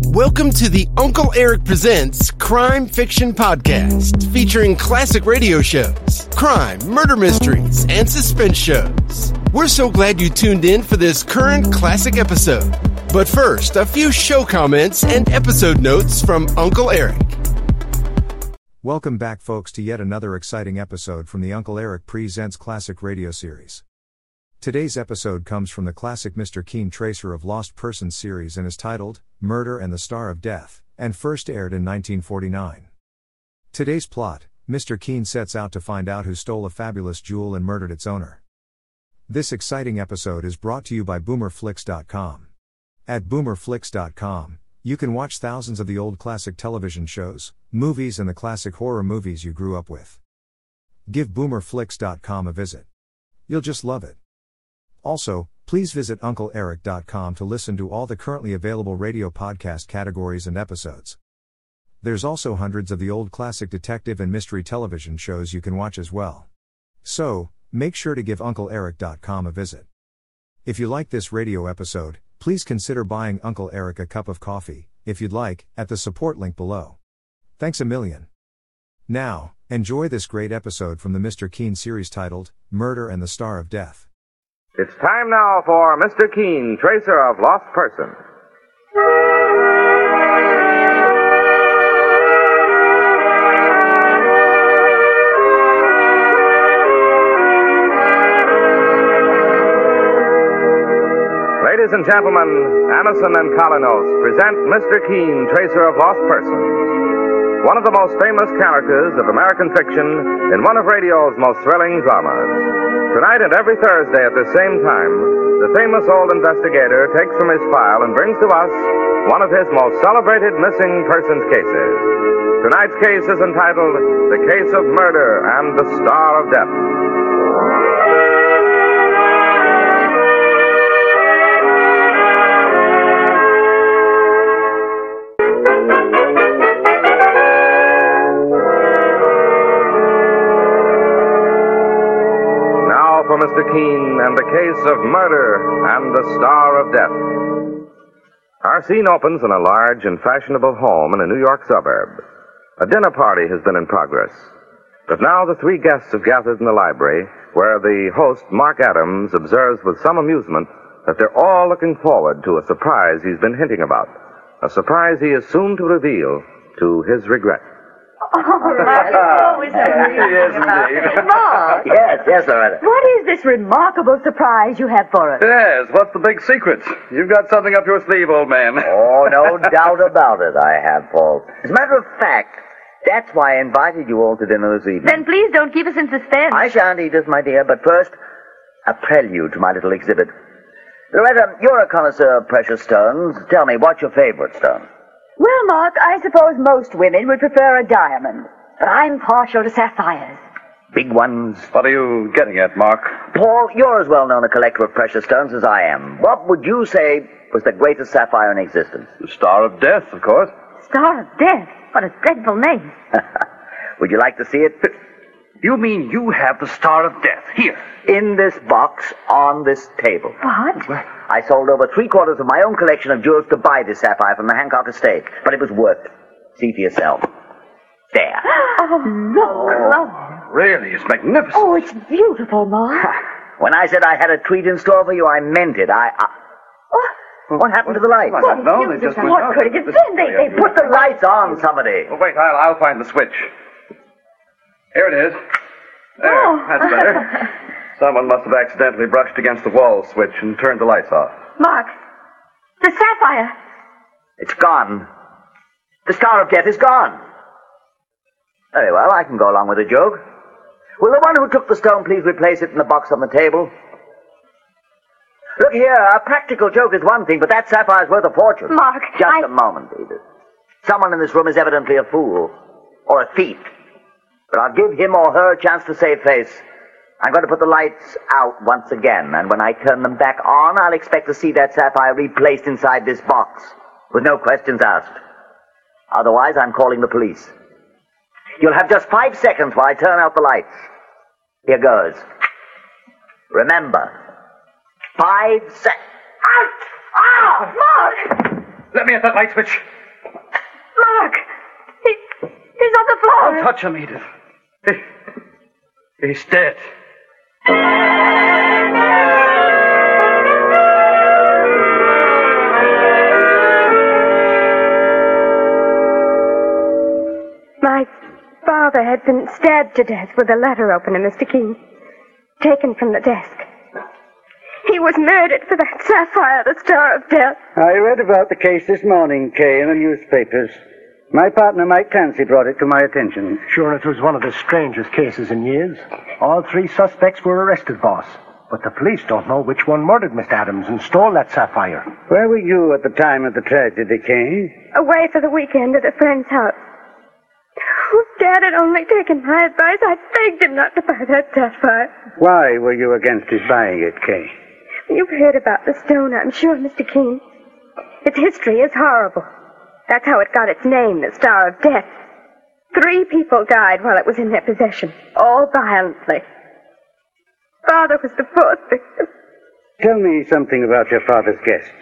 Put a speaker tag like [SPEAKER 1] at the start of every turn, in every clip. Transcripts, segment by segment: [SPEAKER 1] Welcome to the Uncle Eric Presents Crime Fiction Podcast, featuring classic radio shows, crime, murder mysteries, and suspense shows. We're so glad you tuned in for this current classic episode. But first, a few show comments and episode notes from Uncle Eric.
[SPEAKER 2] Welcome back, folks, to yet another exciting episode from the Uncle Eric Presents Classic Radio Series. Today's episode comes from the classic Mr. Keen Tracer of Lost Persons series and is titled Murder and the Star of Death, and first aired in 1949. Today's plot Mr. Keen sets out to find out who stole a fabulous jewel and murdered its owner. This exciting episode is brought to you by BoomerFlix.com. At BoomerFlix.com, you can watch thousands of the old classic television shows, movies, and the classic horror movies you grew up with. Give boomerflix.com a visit. You'll just love it. Also, please visit uncleeric.com to listen to all the currently available radio podcast categories and episodes. There's also hundreds of the old classic detective and mystery television shows you can watch as well. So, make sure to give uncleeric.com a visit. If you like this radio episode, please consider buying Uncle Eric a cup of coffee, if you'd like, at the support link below. Thanks a million. Now, enjoy this great episode from the Mr. Keen series titled Murder and the Star of Death.
[SPEAKER 3] It's time now for Mr. Keene, Tracer of Lost Persons. Ladies and gentlemen, Amison and Colinos present Mr. Keene, Tracer of Lost Persons, one of the most famous characters of American fiction in one of radio's most thrilling dramas. Tonight and every Thursday at the same time, the famous old investigator takes from his file and brings to us one of his most celebrated missing persons cases. Tonight's case is entitled The Case of Murder and the Star of Death. Now for Mr. Keene and the case of murder and the star of death. Our scene opens in a large and fashionable home in a New York suburb. A dinner party has been in progress. But now the three guests have gathered in the library where the host, Mark Adams, observes with some amusement that they're all looking forward to a surprise he's been hinting about. A surprise he is soon to reveal to his regret.
[SPEAKER 4] always
[SPEAKER 3] Yes, indeed.
[SPEAKER 4] Mark,
[SPEAKER 5] Yes, yes, Loretta.
[SPEAKER 4] what is this remarkable surprise you have for us?
[SPEAKER 6] Yes, what's the big secret? You've got something up your sleeve, old man.
[SPEAKER 5] Oh, no doubt about it, I have, Paul. As a matter of fact, that's why I invited you all to dinner this evening.
[SPEAKER 4] Then please don't keep us in suspense.
[SPEAKER 5] I shan't eat this, my dear, but first, a prelude to my little exhibit. Loretta, you're a connoisseur of precious stones. Tell me, what's your favorite stone?
[SPEAKER 4] Well, Mark, I suppose most women would prefer a diamond, but I'm partial to sapphires.
[SPEAKER 5] Big ones.
[SPEAKER 6] What are you getting at, Mark?
[SPEAKER 5] Paul, you're as well known a collector of precious stones as I am. What would you say was the greatest sapphire in existence?
[SPEAKER 6] The Star of Death, of course.
[SPEAKER 4] Star of Death. What a dreadful name.
[SPEAKER 5] Would you like to see it?
[SPEAKER 6] You mean you have the Star of Death here?
[SPEAKER 5] In this box, on this table.
[SPEAKER 4] What?
[SPEAKER 5] I sold over three quarters of my own collection of jewels to buy this sapphire from the Hancock estate, but it was worth it. See for yourself. There. Oh,
[SPEAKER 4] Oh, look.
[SPEAKER 6] Really, it's magnificent.
[SPEAKER 4] Oh, it's beautiful, Mark.
[SPEAKER 5] When I said I had a treat in store for you, I meant it. I. I...
[SPEAKER 4] Oh,
[SPEAKER 5] What happened to the lights?
[SPEAKER 6] I don't know. They just went
[SPEAKER 4] what
[SPEAKER 6] out.
[SPEAKER 4] could it have been? They, they
[SPEAKER 5] Put the lights on, somebody.
[SPEAKER 6] Oh, wait, I'll, I'll find the switch. Here it is. There,
[SPEAKER 4] Oh.
[SPEAKER 6] that's better. Someone must have accidentally brushed against the wall switch and turned the lights off.
[SPEAKER 4] Mark, the sapphire.
[SPEAKER 5] It's gone. The Star of Death is gone. Very well, I can go along with the joke. Will the one who took the stone please replace it in the box on the table? Look here, a practical joke is one thing, but that sapphire's worth a fortune.
[SPEAKER 4] Mark,
[SPEAKER 5] Just
[SPEAKER 4] I-
[SPEAKER 5] a moment, Edith. Someone in this room is evidently a fool. Or a thief. But I'll give him or her a chance to save face. I'm going to put the lights out once again, and when I turn them back on, I'll expect to see that sapphire replaced inside this box, with no questions asked. Otherwise, I'm calling the police. You'll have just five seconds while I turn out the lights. Here goes. Remember, five sec.
[SPEAKER 4] Ow! Ow! Mark!
[SPEAKER 6] Let me at that light switch.
[SPEAKER 4] on the floor.
[SPEAKER 6] Don't touch him, Edith. He, he's dead.
[SPEAKER 7] My father had been stabbed to death with a letter opener, Mr. Keene, taken from the desk. He was murdered for that sapphire, the star of death.
[SPEAKER 8] I read about the case this morning, Kay, in the newspapers. My partner, Mike Clancy, brought it to my attention.
[SPEAKER 9] Sure, it was one of the strangest cases in years. All three suspects were arrested, boss. But the police don't know which one murdered Miss Adams and stole that sapphire.
[SPEAKER 8] Where were you at the time of the tragedy, Kay?
[SPEAKER 7] Away for the weekend at a friend's house. Oh, Dad had only taken my advice. I begged him not to buy that sapphire.
[SPEAKER 8] Why were you against his buying it, Kay?
[SPEAKER 7] You've heard about the stone, I'm sure, Mr. Keene. Its history is horrible. That's how it got its name, the Star of Death. Three people died while it was in their possession, all violently. Father was the fourth victim.
[SPEAKER 8] Tell me something about your father's guests.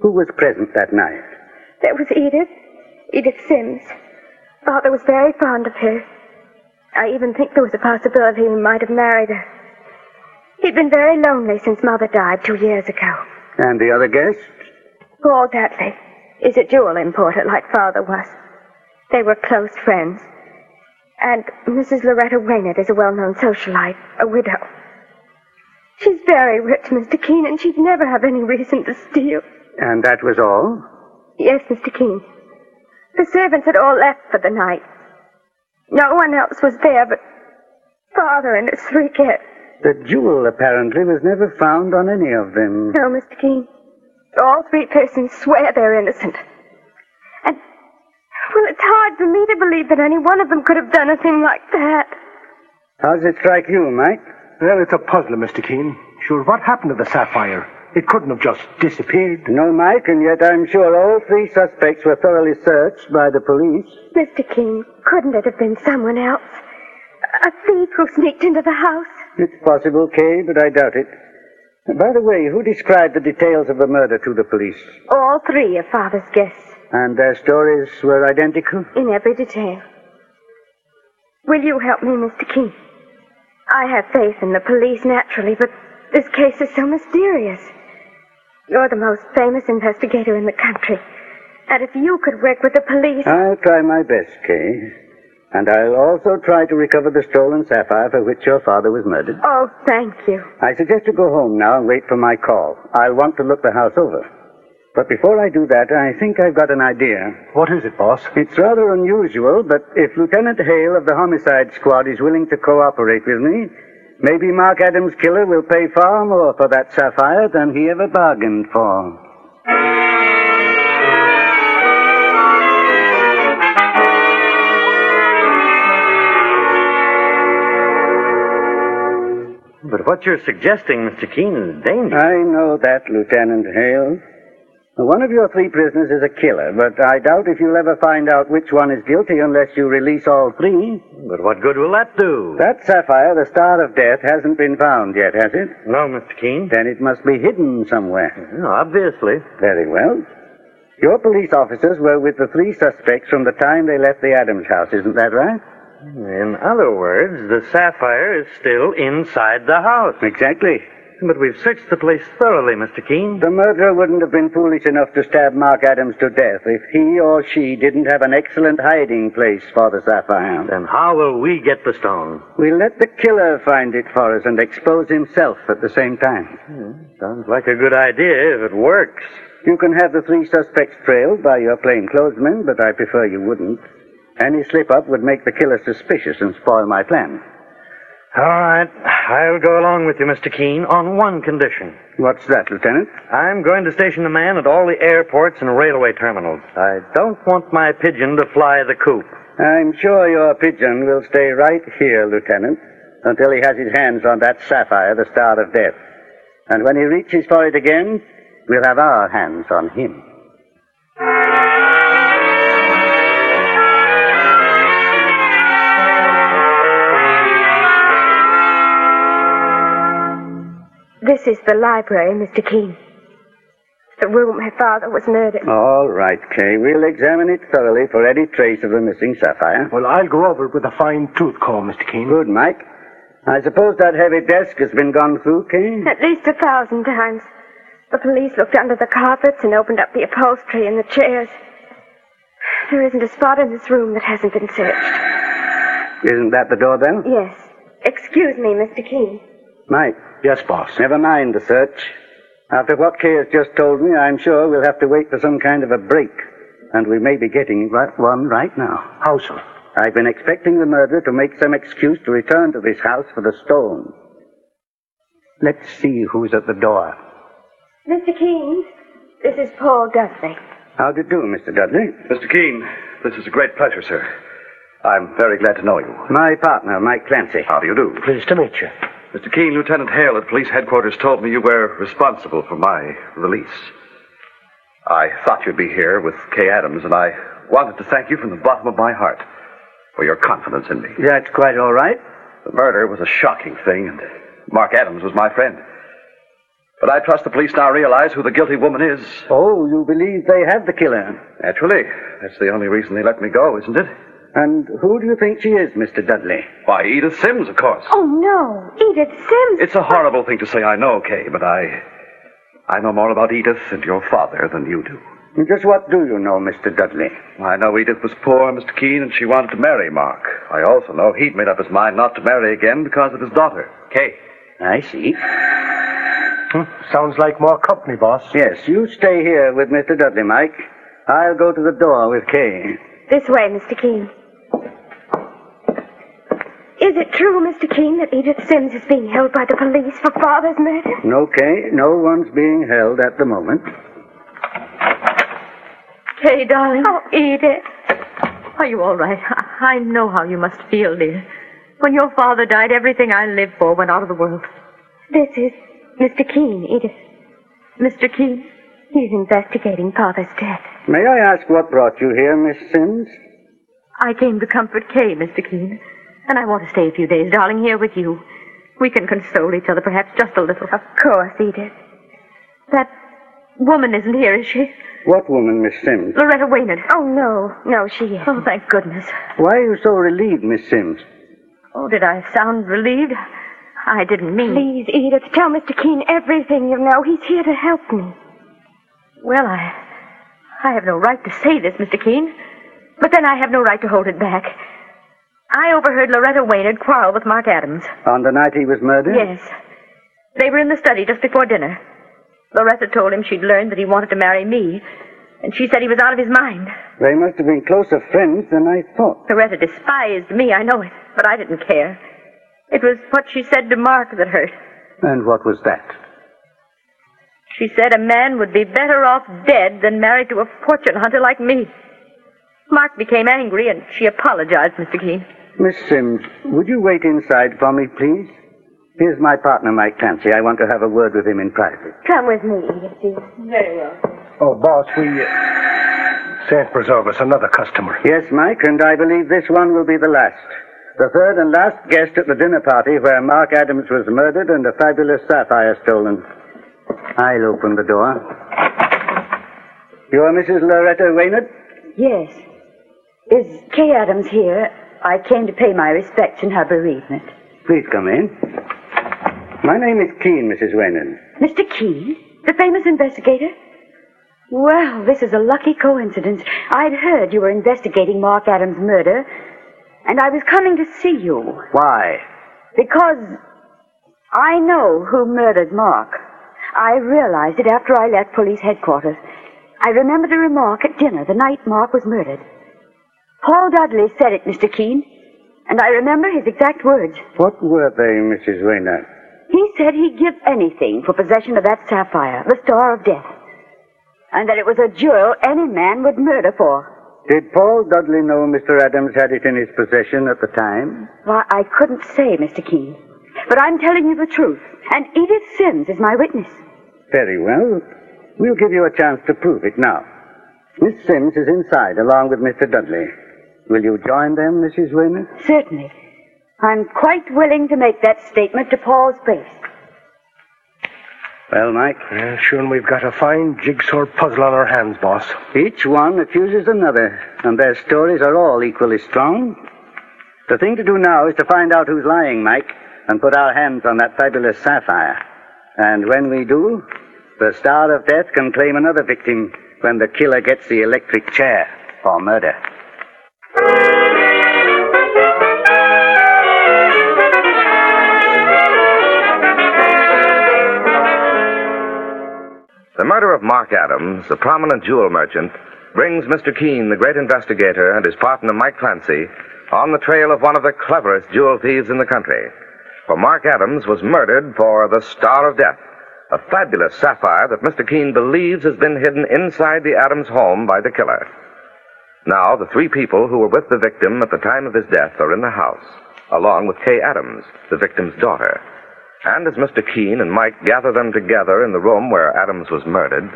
[SPEAKER 8] Who was present that night?
[SPEAKER 7] There was Edith, Edith Sims. Father was very fond of her. I even think there was a possibility he might have married her. He'd been very lonely since Mother died two years ago.
[SPEAKER 8] And the other guests?
[SPEAKER 7] Paul Dudley is a jewel importer like Father was. They were close friends. And Mrs. Loretta Waynard is a well-known socialite, a widow. She's very rich, Mr. Keene, and she'd never have any reason to steal.
[SPEAKER 8] And that was all?
[SPEAKER 7] Yes, Mr. Keene. The servants had all left for the night. No one else was there but Father and his three kids.
[SPEAKER 8] The jewel apparently was never found on any of them.
[SPEAKER 7] No, Mr. Keene. All three persons swear they're innocent. And, well, it's hard for me to believe that any one of them could have done a thing like that.
[SPEAKER 8] How does it strike you, Mike?
[SPEAKER 9] Well, it's a puzzler, Mr. Keene. Sure, what happened to the sapphire? It couldn't have just disappeared.
[SPEAKER 8] No, Mike, and yet I'm sure all three suspects were thoroughly searched by the police.
[SPEAKER 7] Mr. Keene, couldn't it have been someone else? A thief who sneaked into the house?
[SPEAKER 8] It's possible, Kay, but I doubt it. By the way, who described the details of the murder to the police?
[SPEAKER 7] All three of Father's guests,
[SPEAKER 8] And their stories were identical?
[SPEAKER 7] in every detail. Will you help me, Mr. Keene? I have faith in the police, naturally, but this case is so mysterious. You're the most famous investigator in the country. And if you could work with the police,
[SPEAKER 8] I'll try my best, Kay. And I'll also try to recover the stolen sapphire for which your father was murdered.
[SPEAKER 7] oh, thank you.
[SPEAKER 8] I suggest you go home now and wait for my call. I'll want to look the house over. But before I do that, I think I've got an idea.
[SPEAKER 9] What is it, boss?
[SPEAKER 8] It's rather unusual, but if Lieutenant Hale of the Homicide Squad is willing to cooperate with me, maybe Mark Adams' killer will pay far more for that sapphire than he ever bargained for.
[SPEAKER 10] But what you're suggesting, Mr. Keene, is dangerous.
[SPEAKER 8] I know that, Lieutenant Hale. One of your three prisoners is a killer, but I doubt if you'll ever find out which one is guilty unless you release all three.
[SPEAKER 10] But what good will that do?
[SPEAKER 8] That sapphire, the star of death, hasn't been found yet, has it?
[SPEAKER 10] No, Mr. Keene.
[SPEAKER 8] Then it must be hidden somewhere.
[SPEAKER 10] No, obviously.
[SPEAKER 8] Very well. Your police officers were with the three suspects from the time they left the Adams house, isn't that right?
[SPEAKER 10] In other words, the sapphire is still inside the house.
[SPEAKER 8] Exactly.
[SPEAKER 10] But we've searched the place thoroughly, Mr. Keene.
[SPEAKER 8] The murderer wouldn't have been foolish enough to stab Mark Adams to death if he or she didn't have an excellent hiding place for the sapphire.
[SPEAKER 10] Then how will we get the stone?
[SPEAKER 8] We'll let the killer find it for us and expose himself at the same time.
[SPEAKER 9] Hmm.
[SPEAKER 10] Sounds like a good idea if it works.
[SPEAKER 8] You can have the three suspects trailed by your plainclothesmen, but I prefer you wouldn't. Any slip up would make the killer suspicious and spoil my plan.
[SPEAKER 10] All right. I'll go along with you, Mr. Keene, on one condition.
[SPEAKER 8] What's that, Lieutenant?
[SPEAKER 10] I'm going to station a man at all the airports and railway terminals. I don't want my pigeon to fly the coop.
[SPEAKER 8] I'm sure your pigeon will stay right here, Lieutenant, until he has his hands on that sapphire, the star of death. And when he reaches for it again, we'll have our hands on him.
[SPEAKER 7] This is the library, Mr. Keene. the room her father was murdered.
[SPEAKER 8] All right, Kay. We'll examine it thoroughly for any trace of the missing sapphire.
[SPEAKER 9] Well, I'll go over it with a fine tooth comb, Mr. Keene.
[SPEAKER 8] Good, Mike. I suppose that heavy desk has been gone through, Kay?
[SPEAKER 7] At least a thousand times. The police looked under the carpets and opened up the upholstery and the chairs. There isn't a spot in this room that hasn't been searched.
[SPEAKER 8] Isn't that the door then?
[SPEAKER 7] Yes. Excuse me, Mr. Keene.
[SPEAKER 8] Mike.
[SPEAKER 9] Yes, boss.
[SPEAKER 8] Never mind the search. After what Kay has just told me, I'm sure we'll have to wait for some kind of a break. And we may be getting that one right now.
[SPEAKER 9] How so?
[SPEAKER 8] I've been expecting the murderer to make some excuse to return to this house for the stone. Let's see who's at the door.
[SPEAKER 7] Mr. Keene, this is Paul Dudley.
[SPEAKER 8] How do you do, Mr. Dudley?
[SPEAKER 6] Mr. Keene, this is a great pleasure, sir. I'm very glad to know you.
[SPEAKER 8] My partner, Mike Clancy.
[SPEAKER 6] How do you do?
[SPEAKER 9] Pleased to meet you.
[SPEAKER 6] Mr. Keene, Lieutenant Hale at police headquarters told me you were responsible for my release. I thought you'd be here with Kay Adams, and I wanted to thank you from the bottom of my heart for your confidence in me.
[SPEAKER 8] That's quite all right.
[SPEAKER 6] The murder was a shocking thing, and Mark Adams was my friend. But I trust the police now realize who the guilty woman is.
[SPEAKER 8] Oh, you believe they have the killer?
[SPEAKER 6] Naturally. That's the only reason they let me go, isn't it?
[SPEAKER 8] And who do you think she is, Mr. Dudley?
[SPEAKER 6] Why, Edith Sims, of course.
[SPEAKER 7] Oh, no. Edith Sims.
[SPEAKER 6] It's a horrible thing to say, I know, Kay, but I. I know more about Edith and your father than you do.
[SPEAKER 8] And Just what do you know, Mr. Dudley?
[SPEAKER 6] I know Edith was poor, Mr. Keene, and she wanted to marry Mark. I also know he'd made up his mind not to marry again because of his daughter, Kay.
[SPEAKER 8] I see.
[SPEAKER 9] Hmm? Sounds like more company, boss.
[SPEAKER 8] Yes, you stay here with Mr. Dudley, Mike. I'll go to the door with Kay.
[SPEAKER 7] This way, Mr. Keene. Is it true, Mr. Keene, that Edith Sims is being held by the police for father's murder?
[SPEAKER 8] No, Kay, no one's being held at the moment.
[SPEAKER 11] Kay, darling. Oh, Edith. Are you all right? I, I know how you must feel, dear. When your father died, everything I lived for went out of the world.
[SPEAKER 7] This is Mr. Keene, Edith.
[SPEAKER 11] Mr. Keene?
[SPEAKER 7] He's investigating father's death.
[SPEAKER 8] May I ask what brought you here, Miss Sims?
[SPEAKER 11] I came to comfort Kay, Mr. Keene. And I want to stay a few days, darling, here with you. We can console each other, perhaps just a little.
[SPEAKER 7] Of course, Edith.
[SPEAKER 11] That woman isn't here, is she?
[SPEAKER 8] What woman, Miss Sims?
[SPEAKER 11] Loretta Waynard.
[SPEAKER 7] Oh, no. No, she is.
[SPEAKER 11] Oh, thank goodness.
[SPEAKER 8] Why are you so relieved, Miss Sims?
[SPEAKER 11] Oh, did I sound relieved? I didn't mean.
[SPEAKER 7] Please, Edith, tell Mr. Keene everything you know. He's here to help me.
[SPEAKER 11] Well, I. I have no right to say this, Mr. Keene. But then I have no right to hold it back. I overheard Loretta Waynard quarrel with Mark Adams.
[SPEAKER 8] On the night he was murdered?
[SPEAKER 11] Yes. They were in the study just before dinner. Loretta told him she'd learned that he wanted to marry me, and she said he was out of his mind.
[SPEAKER 8] They must have been closer friends than I thought.
[SPEAKER 11] Loretta despised me, I know it, but I didn't care. It was what she said to Mark that hurt.
[SPEAKER 8] And what was that?
[SPEAKER 11] She said a man would be better off dead than married to a fortune hunter like me. Mark became angry, and she apologized, Mr. Keene.
[SPEAKER 8] Miss Sims, would you wait inside for me, please? Here's my partner, Mike Clancy. I want to have a word with him in private.
[SPEAKER 7] Come with me, Edith, dear.
[SPEAKER 11] Very well.
[SPEAKER 9] Oh, boss, we. Uh... Saint preserve us, another customer.
[SPEAKER 8] Yes, Mike, and I believe this one will be the last. The third and last guest at the dinner party where Mark Adams was murdered and a fabulous sapphire stolen. I'll open the door. You're Mrs. Loretta Waynard?
[SPEAKER 4] Yes. Is Kay Adams here? I came to pay my respects in her bereavement.
[SPEAKER 8] Please come in. My name is Keene, Mrs. Waynard.
[SPEAKER 4] Mr. Keene? The famous investigator? Well, this is a lucky coincidence. I'd heard you were investigating Mark Adams' murder, and I was coming to see you.
[SPEAKER 8] Why?
[SPEAKER 4] Because I know who murdered Mark. I realized it after I left police headquarters. I remembered a remark at dinner the night Mark was murdered. Paul Dudley said it, Mr. Keene, and I remember his exact words.
[SPEAKER 8] What were they, Mrs. Waynard?
[SPEAKER 4] He said he'd give anything for possession of that sapphire, the Star of Death, and that it was a jewel any man would murder for.
[SPEAKER 8] Did Paul Dudley know Mr. Adams had it in his possession at the time?
[SPEAKER 4] Why, I couldn't say, Mr. Keene. But I'm telling you the truth, and Edith Sims is my witness.
[SPEAKER 8] Very well. We'll give you a chance to prove it now. Miss Sims is inside, along with Mr. Dudley. Will you join them, Mrs. Waynard?
[SPEAKER 4] Certainly. I'm quite willing to make that statement to Paul's face.
[SPEAKER 8] Well, Mike?
[SPEAKER 9] Yeah, sure, and we've got a fine jigsaw puzzle on our hands, boss.
[SPEAKER 8] Each one accuses another, and their stories are all equally strong. The thing to do now is to find out who's lying, Mike, and put our hands on that fabulous sapphire. And when we do, the Star of Death can claim another victim when the killer gets the electric chair for murder.
[SPEAKER 3] The murder of Mark Adams, a prominent jewel merchant, brings Mr. Keene, the great investigator, and his partner Mike Clancy on the trail of one of the cleverest jewel thieves in the country. For Mark Adams was murdered for the Star of Death, a fabulous sapphire that Mr. Keene believes has been hidden inside the Adams home by the killer. Now, the three people who were with the victim at the time of his death are in the house, along with Kay Adams, the victim's daughter. And as Mr. Keene and Mike gather them together in the room where Adams was murdered,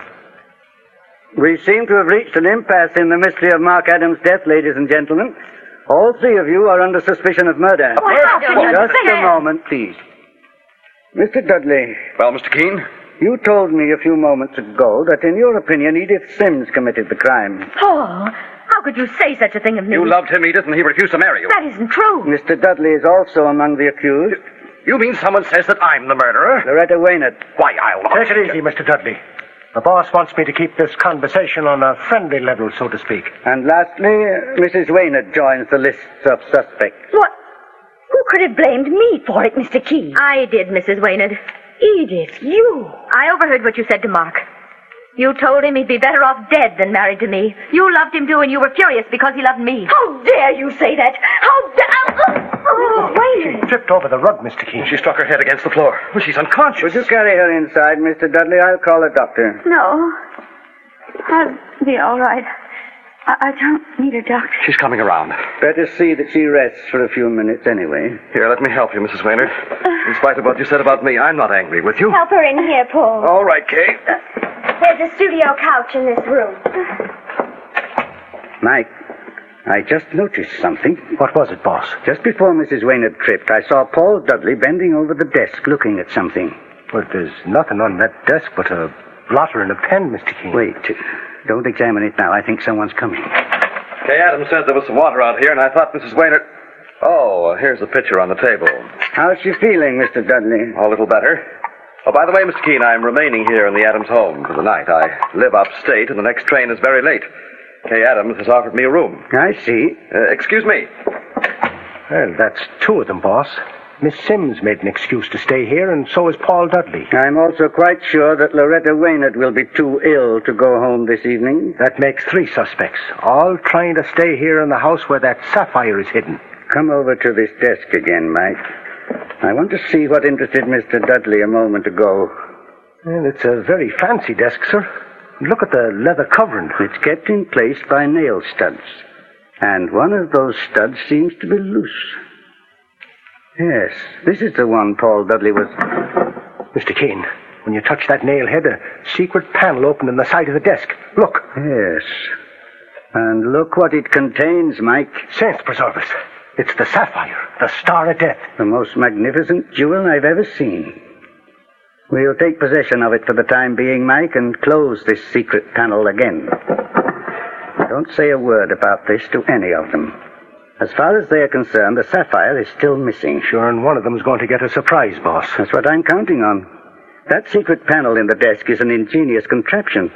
[SPEAKER 8] We seem to have reached an impasse in the mystery of Mark Adams' death, ladies and gentlemen. All three of you are under suspicion of murder.
[SPEAKER 6] Oh, how can you
[SPEAKER 8] Just
[SPEAKER 6] say
[SPEAKER 8] a
[SPEAKER 6] it?
[SPEAKER 8] moment, please. Mr. Dudley.
[SPEAKER 6] Well, Mr. Keene?
[SPEAKER 8] You told me a few moments ago that, in your opinion, Edith Sims committed the crime.
[SPEAKER 11] Paul, Oh, how could you say such a thing of me?
[SPEAKER 6] You loved him, Edith, and he refused to marry you.
[SPEAKER 11] That isn't true.
[SPEAKER 8] Mr. Dudley is also among the accused.
[SPEAKER 6] You mean someone says that I'm the murderer?
[SPEAKER 8] Loretta Waynard.
[SPEAKER 6] Why, I'll not.
[SPEAKER 9] Take it easy, Mr. Dudley. The boss wants me to keep this conversation on a friendly level, so to speak.
[SPEAKER 8] And lastly, Mrs. Waynard joins the list of suspects.
[SPEAKER 11] What? Who could have blamed me for it, Mr. Keene? I did, Mrs. Waynard. Edith, you. I overheard what you said to Mark. You told him he'd be better off dead than married to me. You loved him too, and you were furious because he loved me. How dare you say that? How dare. Oh, Waynard.
[SPEAKER 9] Tripped over the rug, Mr. Keene.
[SPEAKER 6] She struck her head against the floor. Well, she's unconscious.
[SPEAKER 8] Would you carry her inside, Mr. Dudley? I'll call a doctor.
[SPEAKER 7] No. I'll be all right. I, I don't need a doctor.
[SPEAKER 6] She's coming around.
[SPEAKER 8] Better see that she rests for a few minutes anyway.
[SPEAKER 6] Here, let me help you, Mrs. Waynard. In spite of what you said about me, I'm not angry with you. Oh.
[SPEAKER 12] Help her in here, Paul.
[SPEAKER 6] All right, Kay.
[SPEAKER 12] There's a studio couch in this room.
[SPEAKER 8] Mike, I just noticed something.
[SPEAKER 9] What was it, boss?
[SPEAKER 8] Just before Mrs. Waynard tripped, I saw Paul Dudley bending over the desk looking at something.
[SPEAKER 9] Well, there's nothing on that desk but a blotter and a pen, Mr. Keene.
[SPEAKER 8] Wait. Don't examine it now. I think someone's coming.
[SPEAKER 6] Kay Adams said there was some water out here, and I thought Mrs. Waynard. Oh, here's the picture on the table.
[SPEAKER 8] How's she feeling, Mr. Dudley?
[SPEAKER 6] A little better. Oh, by the way, Mr. Keene, I'm remaining here in the Adams home for the night. I live upstate, and the next train is very late. Kay Adams has offered me a room.
[SPEAKER 8] I see.
[SPEAKER 6] Uh, excuse me.
[SPEAKER 9] Well, that's two of them, boss. Miss Sims made an excuse to stay here, and so is Paul Dudley.
[SPEAKER 8] I'm also quite sure that Loretta Waynard will be too ill to go home this evening.
[SPEAKER 9] That makes three suspects, all trying to stay here in the house where that sapphire is hidden.
[SPEAKER 8] Come over to this desk again, Mike. I want to see what interested Mr. Dudley a moment ago.
[SPEAKER 9] Well, it's a very fancy desk, sir. Look at the leather covering.
[SPEAKER 8] It's kept in place by nail studs. And one of those studs seems to be loose. Yes, this is the one Paul Dudley was.
[SPEAKER 9] Mr. Keene, when you touch that nail head, a secret panel opened in the side of the desk. Look.
[SPEAKER 8] Yes. And look what it contains, Mike.
[SPEAKER 9] Saints preserve us. It's the sapphire, the star of death.
[SPEAKER 8] The most magnificent jewel I've ever seen. We'll take possession of it for the time being, Mike, and close this secret panel again. Don't say a word about this to any of them. As far as they are concerned, the sapphire is still missing.
[SPEAKER 9] Sure, and one of them's going to get a surprise, boss.
[SPEAKER 8] That's what I'm counting on. That secret panel in the desk is an ingenious contraption.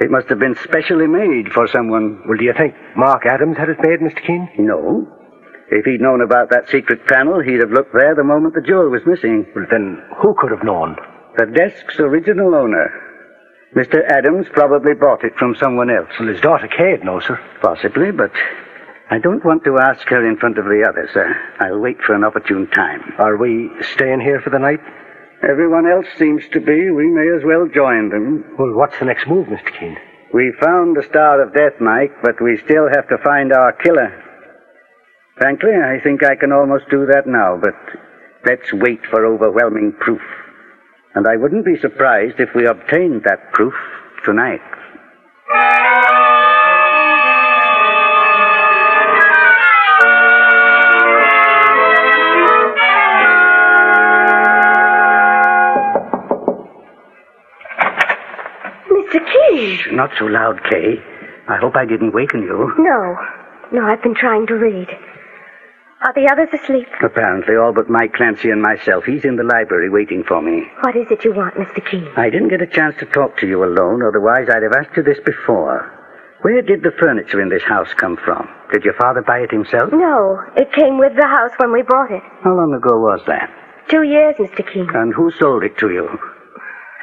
[SPEAKER 8] It must have been specially made for someone.
[SPEAKER 9] Well, do you think Mark Adams had it made, Mr. Keene?
[SPEAKER 8] No. If he'd known about that secret panel, he'd have looked there the moment the jewel was missing.
[SPEAKER 9] Well, then who could have known?
[SPEAKER 8] The desk's original owner. Mr. Adams probably bought it from someone else.
[SPEAKER 9] Well, his daughter Kay would know, sir.
[SPEAKER 8] Possibly, but I don't want to ask her in front of the others. Uh, I'll wait for an opportune time.
[SPEAKER 9] Are we staying here for the night?
[SPEAKER 8] Everyone else seems to be. We may as well join them.
[SPEAKER 9] Well, what's the next move, Mr. Keene?
[SPEAKER 8] We found the star of death, Mike, but we still have to find our killer. Frankly, I think I can almost do that now, but let's wait for overwhelming proof. And I wouldn't be surprised if we obtained that proof tonight. Not so loud, Kay. I hope I didn't waken you.
[SPEAKER 7] No. No, I've been trying to read. Are the others asleep?
[SPEAKER 8] Apparently, all but Mike Clancy and myself. He's in the library waiting for me.
[SPEAKER 7] What is it you want, Mr. Keene?
[SPEAKER 8] I didn't get a chance to talk to you alone, otherwise, I'd have asked you this before. Where did the furniture in this house come from? Did your father buy it himself?
[SPEAKER 7] No, it came with the house when we bought it.
[SPEAKER 8] How long ago was that?
[SPEAKER 7] Two years, Mr. Keene.
[SPEAKER 8] And who sold it to you?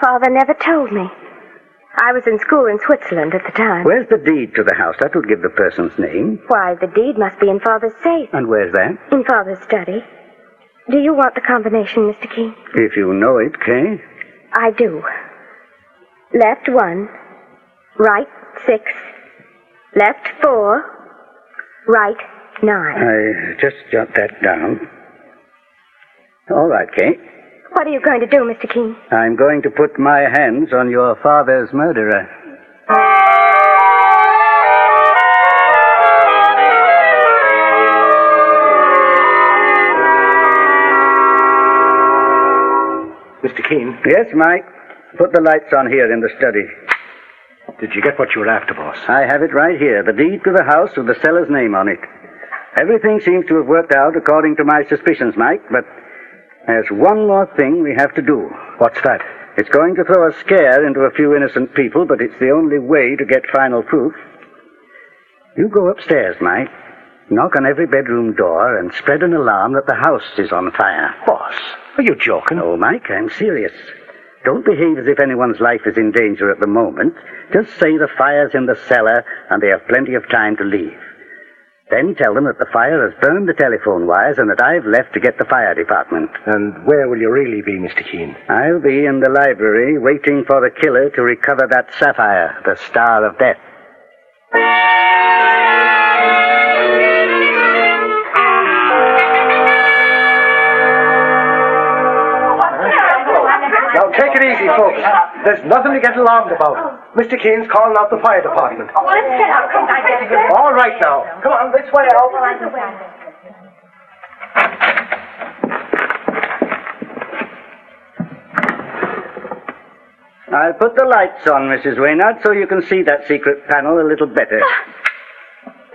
[SPEAKER 7] Father never told me. I was in school in Switzerland at the time.
[SPEAKER 8] Where's the deed to the house? That would give the person's name.
[SPEAKER 7] Why, the deed must be in Father's safe,
[SPEAKER 8] And where's that?
[SPEAKER 7] in Father's study. Do you want the combination, Mr. Keene?
[SPEAKER 8] If you know it, Kay.
[SPEAKER 7] I do. Left one, right six, left four, right nine.
[SPEAKER 8] I just jot that down. All right, Kay.
[SPEAKER 7] What are you going to do, Mr. Keene?
[SPEAKER 8] I'm going to put my hands on your father's murderer.
[SPEAKER 9] Mr. Keene,
[SPEAKER 8] Yes, Mike. Put the lights on here in the study.
[SPEAKER 9] did you get what you were after, boss?
[SPEAKER 8] I have it right here the deed to the house with the seller's name on it. Everything seems to have worked out according to my suspicions, Mike, but there's one more thing we have to do. What's that? It's going to throw a scare into a few innocent people, but it's the only way to get final proof. You go upstairs, Mike. Knock on every bedroom door and spread an alarm that the house is on fire. Boss, are you joking? No, Mike, I'm serious. Don't behave as if anyone's life is in danger at the moment. Just say the fire's in the cellar and they have plenty of time to leave. Then tell them that the fire has burned the telephone wires and that I've left to get the fire department.
[SPEAKER 9] And where will you really be, Mr. Keene?
[SPEAKER 8] I'll be in the library waiting for the killer to recover that sapphire, the Star of Death.
[SPEAKER 9] Now, take it easy, folks. There's nothing to get alarmed about. Mr. Keene's calling out the fire department.
[SPEAKER 11] let's get out. Come on.
[SPEAKER 9] All right, now. Come on, this way out.
[SPEAKER 8] I'll put the lights on, Mrs. Waynard, so you can see that secret panel a little better.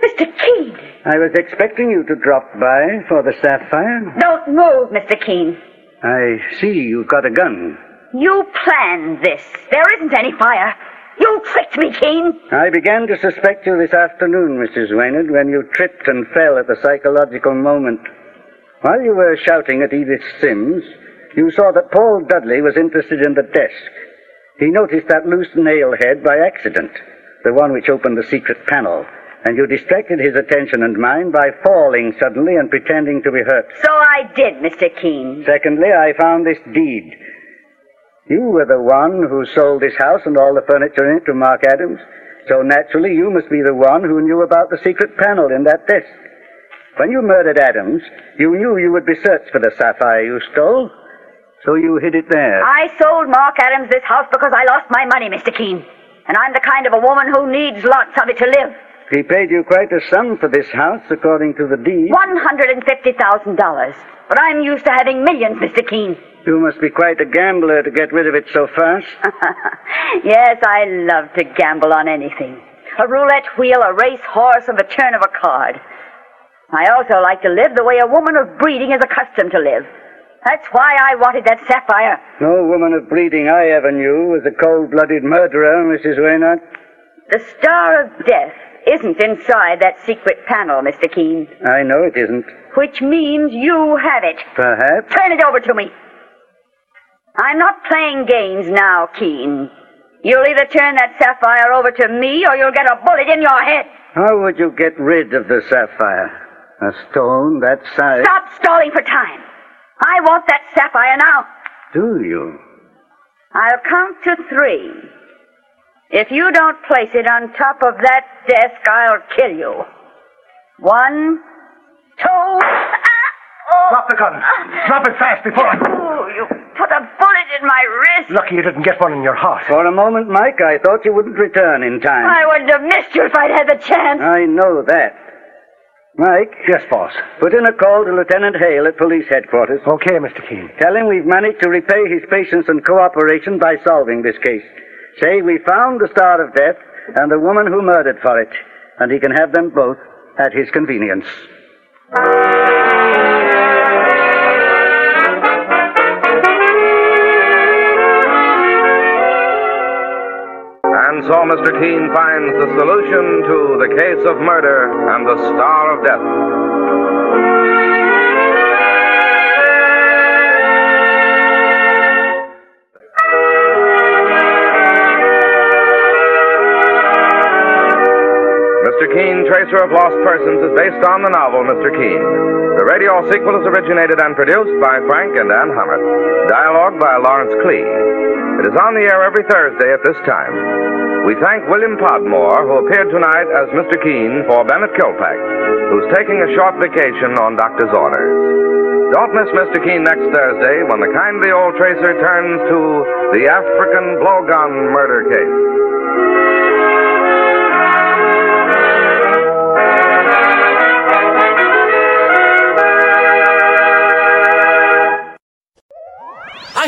[SPEAKER 12] Mr. Keene!
[SPEAKER 8] I was expecting you to drop by for the sapphire.
[SPEAKER 11] Don't move, Mr. Keene.
[SPEAKER 8] I see you've got a gun.
[SPEAKER 11] You planned this.
[SPEAKER 12] There isn't any fire. You tricked me, Keene.
[SPEAKER 8] I began to suspect you this afternoon, Mrs. Waynard, when you tripped and fell at the psychological moment. While you were shouting at Edith Sims, you saw that Paul Dudley was interested in the desk. He noticed that loose nail head by accident, the one which opened the secret panel, and you distracted his attention and mine by falling suddenly and pretending to be hurt.
[SPEAKER 11] So I did, Mr. Keene.
[SPEAKER 8] Secondly, I found this deed. You were the one who sold this house and all the furniture in it to Mark Adams, so naturally you must be the one who knew about the secret panel in that desk. When you murdered Adams, you knew you would be searched for the sapphire you stole, so you hid it there.
[SPEAKER 12] I sold Mark Adams this house because I lost my money, Mr. Keene. And I'm the kind of a woman who needs lots of it to live.
[SPEAKER 8] He paid you quite a sum for this house, according to the deed.
[SPEAKER 12] $150,000. But I'm used to having millions, Mr. Keene.
[SPEAKER 8] You must be quite a gambler to get rid of it so fast.
[SPEAKER 12] Yes, I love to gamble on anything a roulette wheel, a race horse, or the turn of a card. I also like to live the way a woman of breeding is accustomed to live. That's why I wanted that sapphire.
[SPEAKER 8] no woman of breeding I ever knew was a cold-blooded murderer, Mrs. Waynard.
[SPEAKER 12] The star of death isn't inside that secret panel, Mr. Keene,
[SPEAKER 8] I know it isn't.
[SPEAKER 12] which means you have it.
[SPEAKER 8] Perhaps.
[SPEAKER 12] Turn it over to me. I'm not playing games now, Keene. You'll either turn that sapphire over to me or you'll get a bullet in your head.
[SPEAKER 8] How would you get rid of the sapphire? A stone that size?
[SPEAKER 12] Stop stalling for time. I want that sapphire now.
[SPEAKER 8] Do you?
[SPEAKER 12] I'll count to three. If you don't place it on top of that desk, I'll kill you. One, two. ah,
[SPEAKER 9] Drop the gun. Drop it fast before I.
[SPEAKER 12] Oh, you put a bullet in my wrist.
[SPEAKER 9] Lucky you didn't get one in your heart.
[SPEAKER 8] For a moment, Mike, I thought you wouldn't return in time.
[SPEAKER 12] I wouldn't have missed you if I'd had the chance.
[SPEAKER 8] I know that. Mike? Yes, boss. Put in a call to Lieutenant Hale at police headquarters.
[SPEAKER 9] Okay, Mr. Keene.
[SPEAKER 8] Tell him we've managed to repay his patience and cooperation by solving this case. Say we found the Star of Death
[SPEAKER 13] and the woman who murdered for it, and he can have them both at his convenience.
[SPEAKER 3] And so Mr. Keene finds the solution to the case of murder and the star of death. Mr. Keene, Tracer of Lost Persons, is based on the novel Mr. Keene. The radio sequel is originated and produced by Frank and Ann Hummert. Dialogue by Lawrence Clee. It is on the air every Thursday at this time. We thank William Podmore, who appeared tonight as Mr. Keene for Bennett Kilpack, who's taking a short vacation on doctor's orders. Don't miss Mr. Keene next Thursday when the kindly old tracer turns to the African blowgun murder case.
[SPEAKER 1] I